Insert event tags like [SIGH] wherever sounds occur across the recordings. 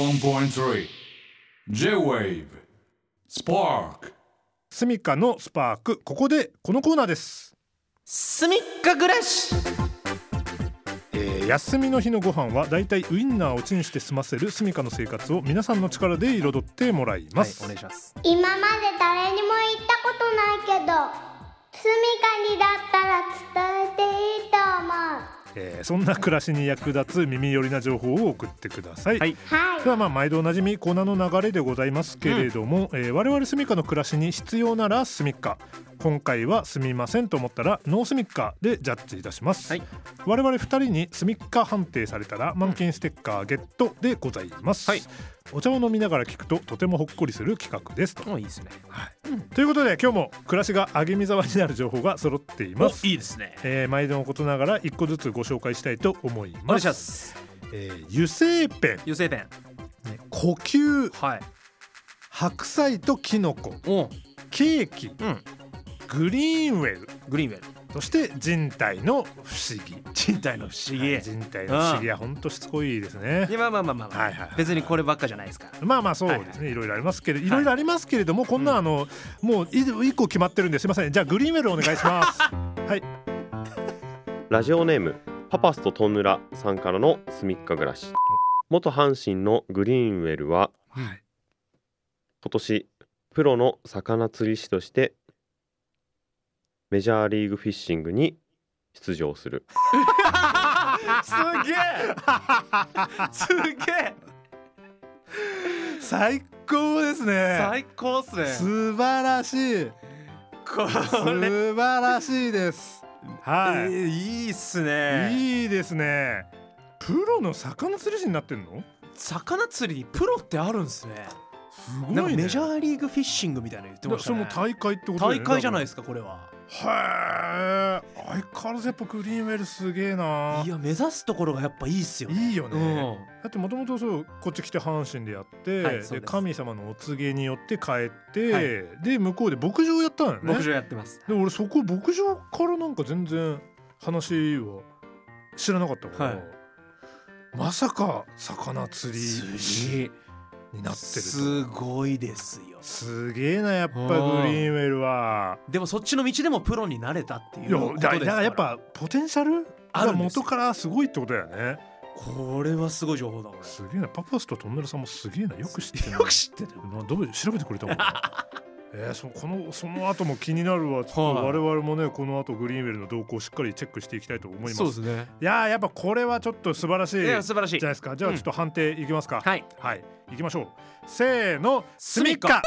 81.3 J-Wave Spark スミカのスパークここでこのコーナーです、すみっか暮らしえー休みの日のご飯はだいたいウインナーをチンして済ませるスミカの生活を皆さんの力で彩ってもらいまはいす、お願いします今まで誰にも言ったことないけど住みかにだったら伝えていいと思うえーそんな暮らしに役立つ耳寄りな情報を送ってください、はいはいではまあ毎度おなじみコーナーの流れでございますけれども、えー我々スミカの暮らしに必要ならスミカ今回はすみませんと思ったらノースミカでジャッジいたします、はい我々2人にスミカ判定されたら満金ステッカーゲットでございます、はいお茶を飲みながら聞くととてもほっこりする企画ですと,、もういいですねということで今日も暮らしが上げ見沢になる情報が揃っています、いいですねえー毎度のことながら1個ずつご紹介したいと思いお願まいすしますえー油性ペン油性ペンね呼吸はい白菜とキノコおうケーキうんグリーンウェルグリーンウェルそして人体の不思議人体の不思議はい人体の不思議は本当しつこいですねいやまあまあまあまあ、まあはいはいはい別にこればっかじゃないですからまあまあそうですね、いろいろありますけれどいろいろありますけれども、こんなあの、もうい一個決まってるんですいませんじゃあグリーンウェルお願いしますはいラジオネームパパスとトンヌラさんからのすみっか暮らし元阪神のグリーンウェルははい今年プロの魚釣り師としてメジャーリーグフィッシングに出場するすげえ [LAUGHS] すげえ最高ですね最高っすね素晴らしいこれ、素晴らしいですはい、えーいいっすねいいですねプロの魚釣り師になってんの魚釣りにプロってあるんですねすなんごかいねメジャーリーグフィッシングみたいなの言ってまだしそたれもね大会ってことだよね大会じゃないですすかこれははえ相変わらずやっぱグリーンウェルすげえないや目指すところがやっぱいいっすよねいいようね、んだってもともとそうこっち来て阪神でやって、はいそうですで神様のお告げによって帰って、はで向こうで牧場やったのよね牧場やってますで俺そこ牧場からなんか全然話は知らなかったから、はいまさか魚釣り釣りになってるとすごいですよすげえなやっぱグリーンウェルは。でもそっちの道でもプロになれたっていいやうことですかだらだからやっぱポテンシャルあるがんです元からすごいってことだよね。これはすごい情報だこすげえなパパスとトンネルさんもすげえなよく知ってれるよく知ってるなどう調べてくれたもん [LAUGHS] なえー、そこのその後も気になるわちょっとはい我々もねこの後グリーンウェルの動向をしっかりチェックしていきたいと思いますそうですねいやーやっぱこれはちょっと素晴らしいいじゃや素晴らしいないですかじゃあうちんょっと判定いきますか、はいはいいきましょうせーのススミミッッカカ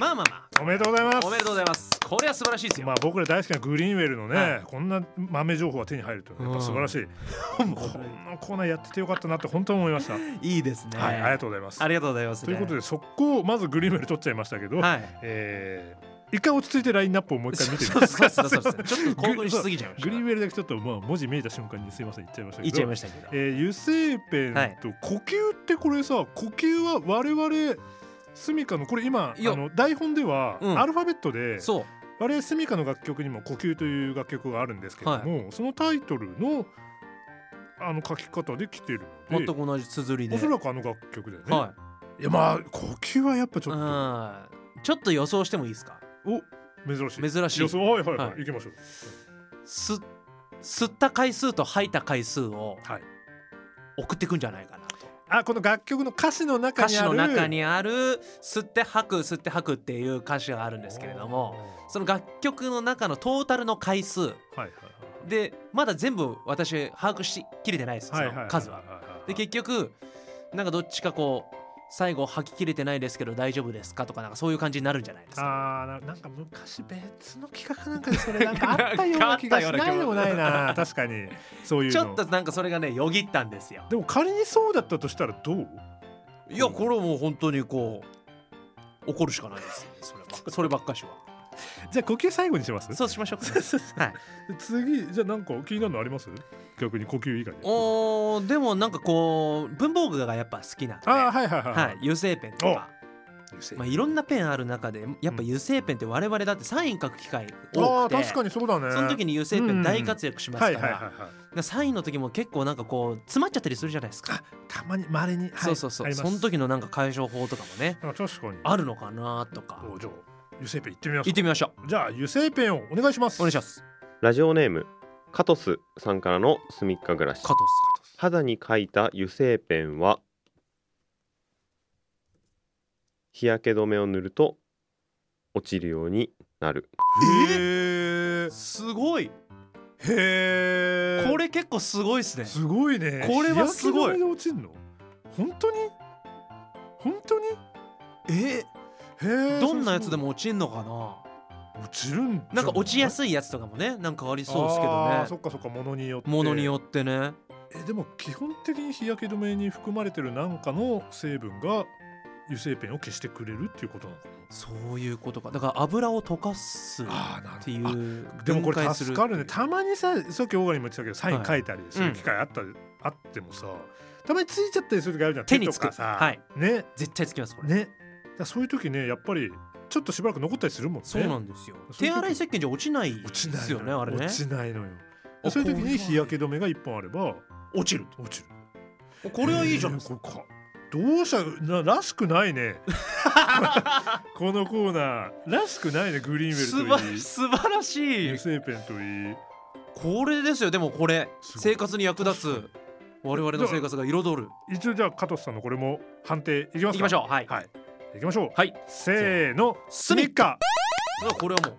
まあまあまおめでとうございまあすおめでとうございますこれは素晴らしいですよまあ僕ら大好きなグリーンウェルのね、はいこんな豆情報が手に入るというのはやっぱ素晴らしい、このコーナーやっててよかったなって本当に思いました、いいですねはいありがとうございますありがとうございますということで速攻まずグリーンウェル取っちゃいましたけど、はいえー一回落ち着いてラインナップをもう一回見てみそまうですすそうですそうですちょっと興奮しすぎちゃいましたグリーンウェルだけちょっとまあ文字見えた瞬間にすいません言っちゃいましたけ言どっちゃいましたけどえー油性ペンと呼吸ってこれさ、呼吸は我々スミカのこれ今あいやの台本ではうんアルファベットで、そう我々スミカの楽曲にも「呼吸」という楽曲があるんですけれども、そのタイトルのあの書き方で来てるの全でく同じ綴りでおそらくあの楽曲だよね、、はいやまあ呼吸はやっぱちいょっうんちょっと予想してもいいですかと珍しい珍しい予想はいはいはい、はい行きましょうす吸った回数と吐いた回数をはい送っていくんじゃないかなとあこの楽曲の歌詞の中歌に詞あるの中にある「吸って吐く吸って吐く」っていう歌詞があるんですけれどもその楽曲の中のトータルの回数はいでまだ全部私把握しきれてないですそはいはいはいはいの数は。で結局なんかどっちかこう最後吐ききれてないですけど大丈夫ですかとかなんかそういう感じになるんじゃないですか。あーななんか昔別の企画なんかでそれなんかあったような気がしないでもないな確かにそういうのちょっとなんかそれがねよぎったんですよ。でも仮にそうだったとしたらどういやこれはもう本当にこう怒るしかないですよね [LAUGHS] そればっかそればっかしは。じゃあ呼吸最後にしますそうしましょう [LAUGHS] か、はい、次じゃあなんか気になるのあります逆に呼吸以外でおーでもなんかこう文房具がやっぱ好きなんで、ああはいはいはい、はい、油性ペンとか油性、まあ、いろんなペンある中でやっぱ油性ペンって我々だってサイン書く機あ会多あくて確かにそうだねその時にに油性ペン大活躍しますはかいはらいはいはいなサインの時も結構なんかこう詰まっちゃったりするじゃないですか、たまにまれに、はい、そうそうそあうりまそすの時のなんか解消法とかもねあ確かにあるのかなとかおじゃあ油性ペン行ってみます行ってみましょうじゃあ油性ペンをお願いしますお願いしますラジオネームカトスさんからのすみっか暮らし加藤肌に描いた油性ペンは日焼け止めを塗ると落ちるようになるえへえさんすごいへえこれ結構すごいですねすごいねこれはすごい日焼け止めで落ちんの本当に本当にえへえどんなやつでも落ちんのかな落ちるんじゃなんか落ちやすいいやつとかもねなんかありそうですけあーそどねっかそっかものによってものによってねえでも基本的に日焼け止めに含まれてるなんかの成分が油性ペンを消してくれるっていうことなのかなそういうことかだから油を溶かすっあーなていうでもこ分れ解す助かるねたまにささっきオーガにも言ってたけどサインはい書いたりすうるん機会あった、あってもさたまについちゃったりする時あるじゃん手につとくかさ、はいね絶対つきますこれ、ねだからそういう時ねやっぱりちょっとしばらく残ったりするもんねそうなんですよそういう手こと洗い石鹸じゃ落ちないで落ちないのすよねあれね落ちないのよあそういう時これはに日焼け止めが一本あれば落ちる落ちるこれはいいじゃないですえかーこれかどうしたならしくない [LAUGHS] ねこのコーナーらしくないねグリー素ンベルとい晴い素晴らしい油性ペンといいこれですよでもこれすごい生活に役立つ我々の生活が彩る一応じゃあ加藤さんのこれも判定いきますかいきましょうはい、はい行きましょうはいせーのススニニッッカだからこれはもう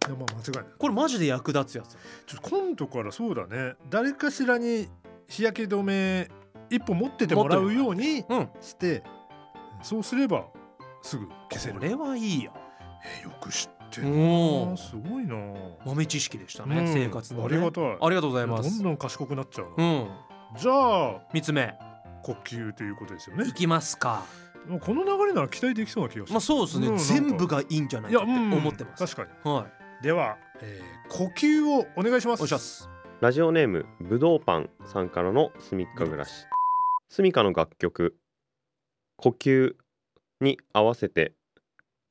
ーいやまあ間違いないこれマジで役立つやつちょっと今度からそうだね誰かしらに日焼け止め一本持っててもらうようにうんしてそうすればすぐ消せこるれはいいやえよく知ってるおなすごいなあ豆知識でしたね、生活の、ね、ありがたいありがとうございどまんすどん賢くなっちゃううな、んじゃあ3つ目呼吸ということですよねいきますかもうこの流れなら期待できそうな気がする、まあそうですね、んなんか全部がいいんじゃないかってうん思ってます、確かにはいでは、えー、呼吸をお願いしますおっしゃっすラジオネームぶどうパンさんからのすみっか暮らしすみかの楽曲「呼吸」に合わせて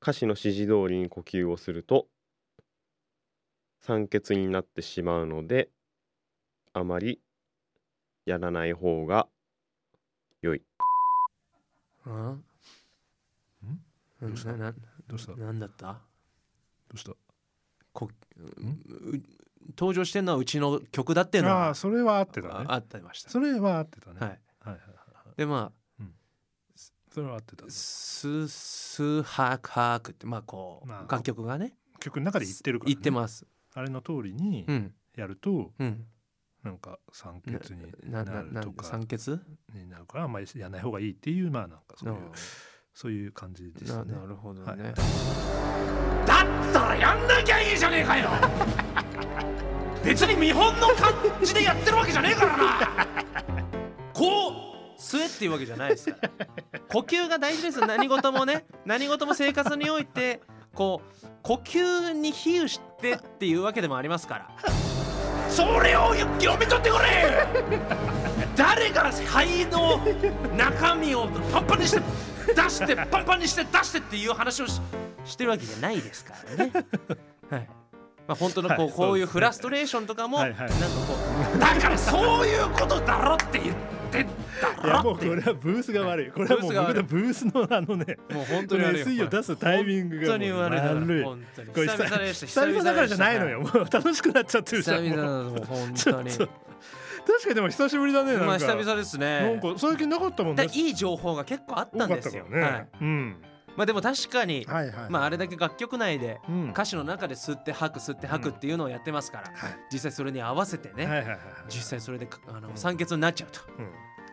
歌詞の指示通りに呼吸をすると酸欠になってしまうのであまりやらない方が良いうんどうしたななどうしたどなんだったうしたこう登場してんのはうちの曲だっていうのああはーそれは合ってたねああってましたそれは合ってたね、はいはいはいでまそれは合ってたあ「すすはくはく」ってまあこうまあ楽曲がね曲の中で言ってるから、ね、言ってますあれの通りにうんやるとうんなんか酸欠になななるなとか酸欠になるからあんまりやらない方がいいっていうまあなんかそういううんそういう感じでしなたねなるほどね、はいだったらやんなきゃいいじゃねえ [LAUGHS] かよ別に見本の感じでやってるわけじゃねえからなこう吸えっていうわけじゃないですから呼吸が大事です何事もね何事も生活においてこう呼吸に比喩してっていうわけでもありますからそれを読み取ってくれ誰が肺の中身をパンパンにして出してパンパンにして出してっていう話をししてるわけじゃないですからね。はい。まあ本当のこう,、はいこういうそうですねフラストレーションとかも、はいはいなんかこうだからそういうことだろって言ってんいだやろもっうてこれはブースが悪いこれはもう僕のブースのあのねもう本当こにれ悪いよ SE を出すタイミングが本当に悪いだからもう悪い本当にこれ久久々でした々だからじゃないのよもう楽しくなっちゃってるじ久ゃんも々うだもう本ち当ょっにと確かにでも久しぶりだねなんか、まあ久々ですなんねか最近なかったもんだねいい情報が結構あったんですよ、多かったからはねい、うんまあでも確かに、はいはいまああれだけ楽曲内でうん歌詞の中で吸って吐く吸って吐くっていうのをやってますから、はい実際それに合わせてね、はいはいはい実際それでかあのうん酸欠になっちゃうと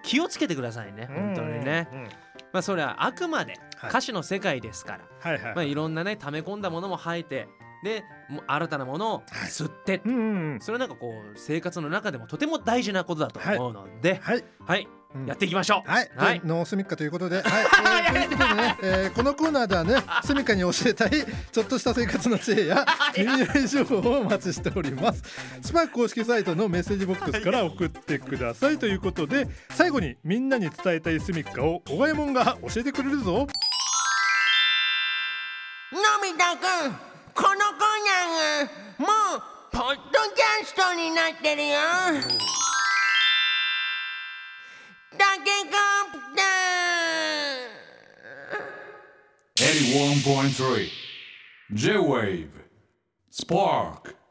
気をつけてくださいねうん本当にねうんうんまあそれはあくまではい歌手の世界ですから、はいはいまあはいいろんなね溜め込んだものも吐いてでもう新たなものを吸って、うんうんうんそれはなんかこう生活の中でもとても大事なことだと思うのではい、はいうんやっていきましょうはい、はいでノースミッカということで、はい、[LAUGHS] えーということでね、えーこのコーナーではね、スミカに教えたい [LAUGHS] ちょっとした生活の知恵 [LAUGHS] や耳寄り情報をお待ちしております。スパーク公式サイトのメッセージボックスから送ってくださいということで最後にみんなに伝えたいスミッカを小川右衛門が教えてくれるぞび太くんこのコーナーがもうポッドキャストになってるよタケコプター81.3 J-Wave Spark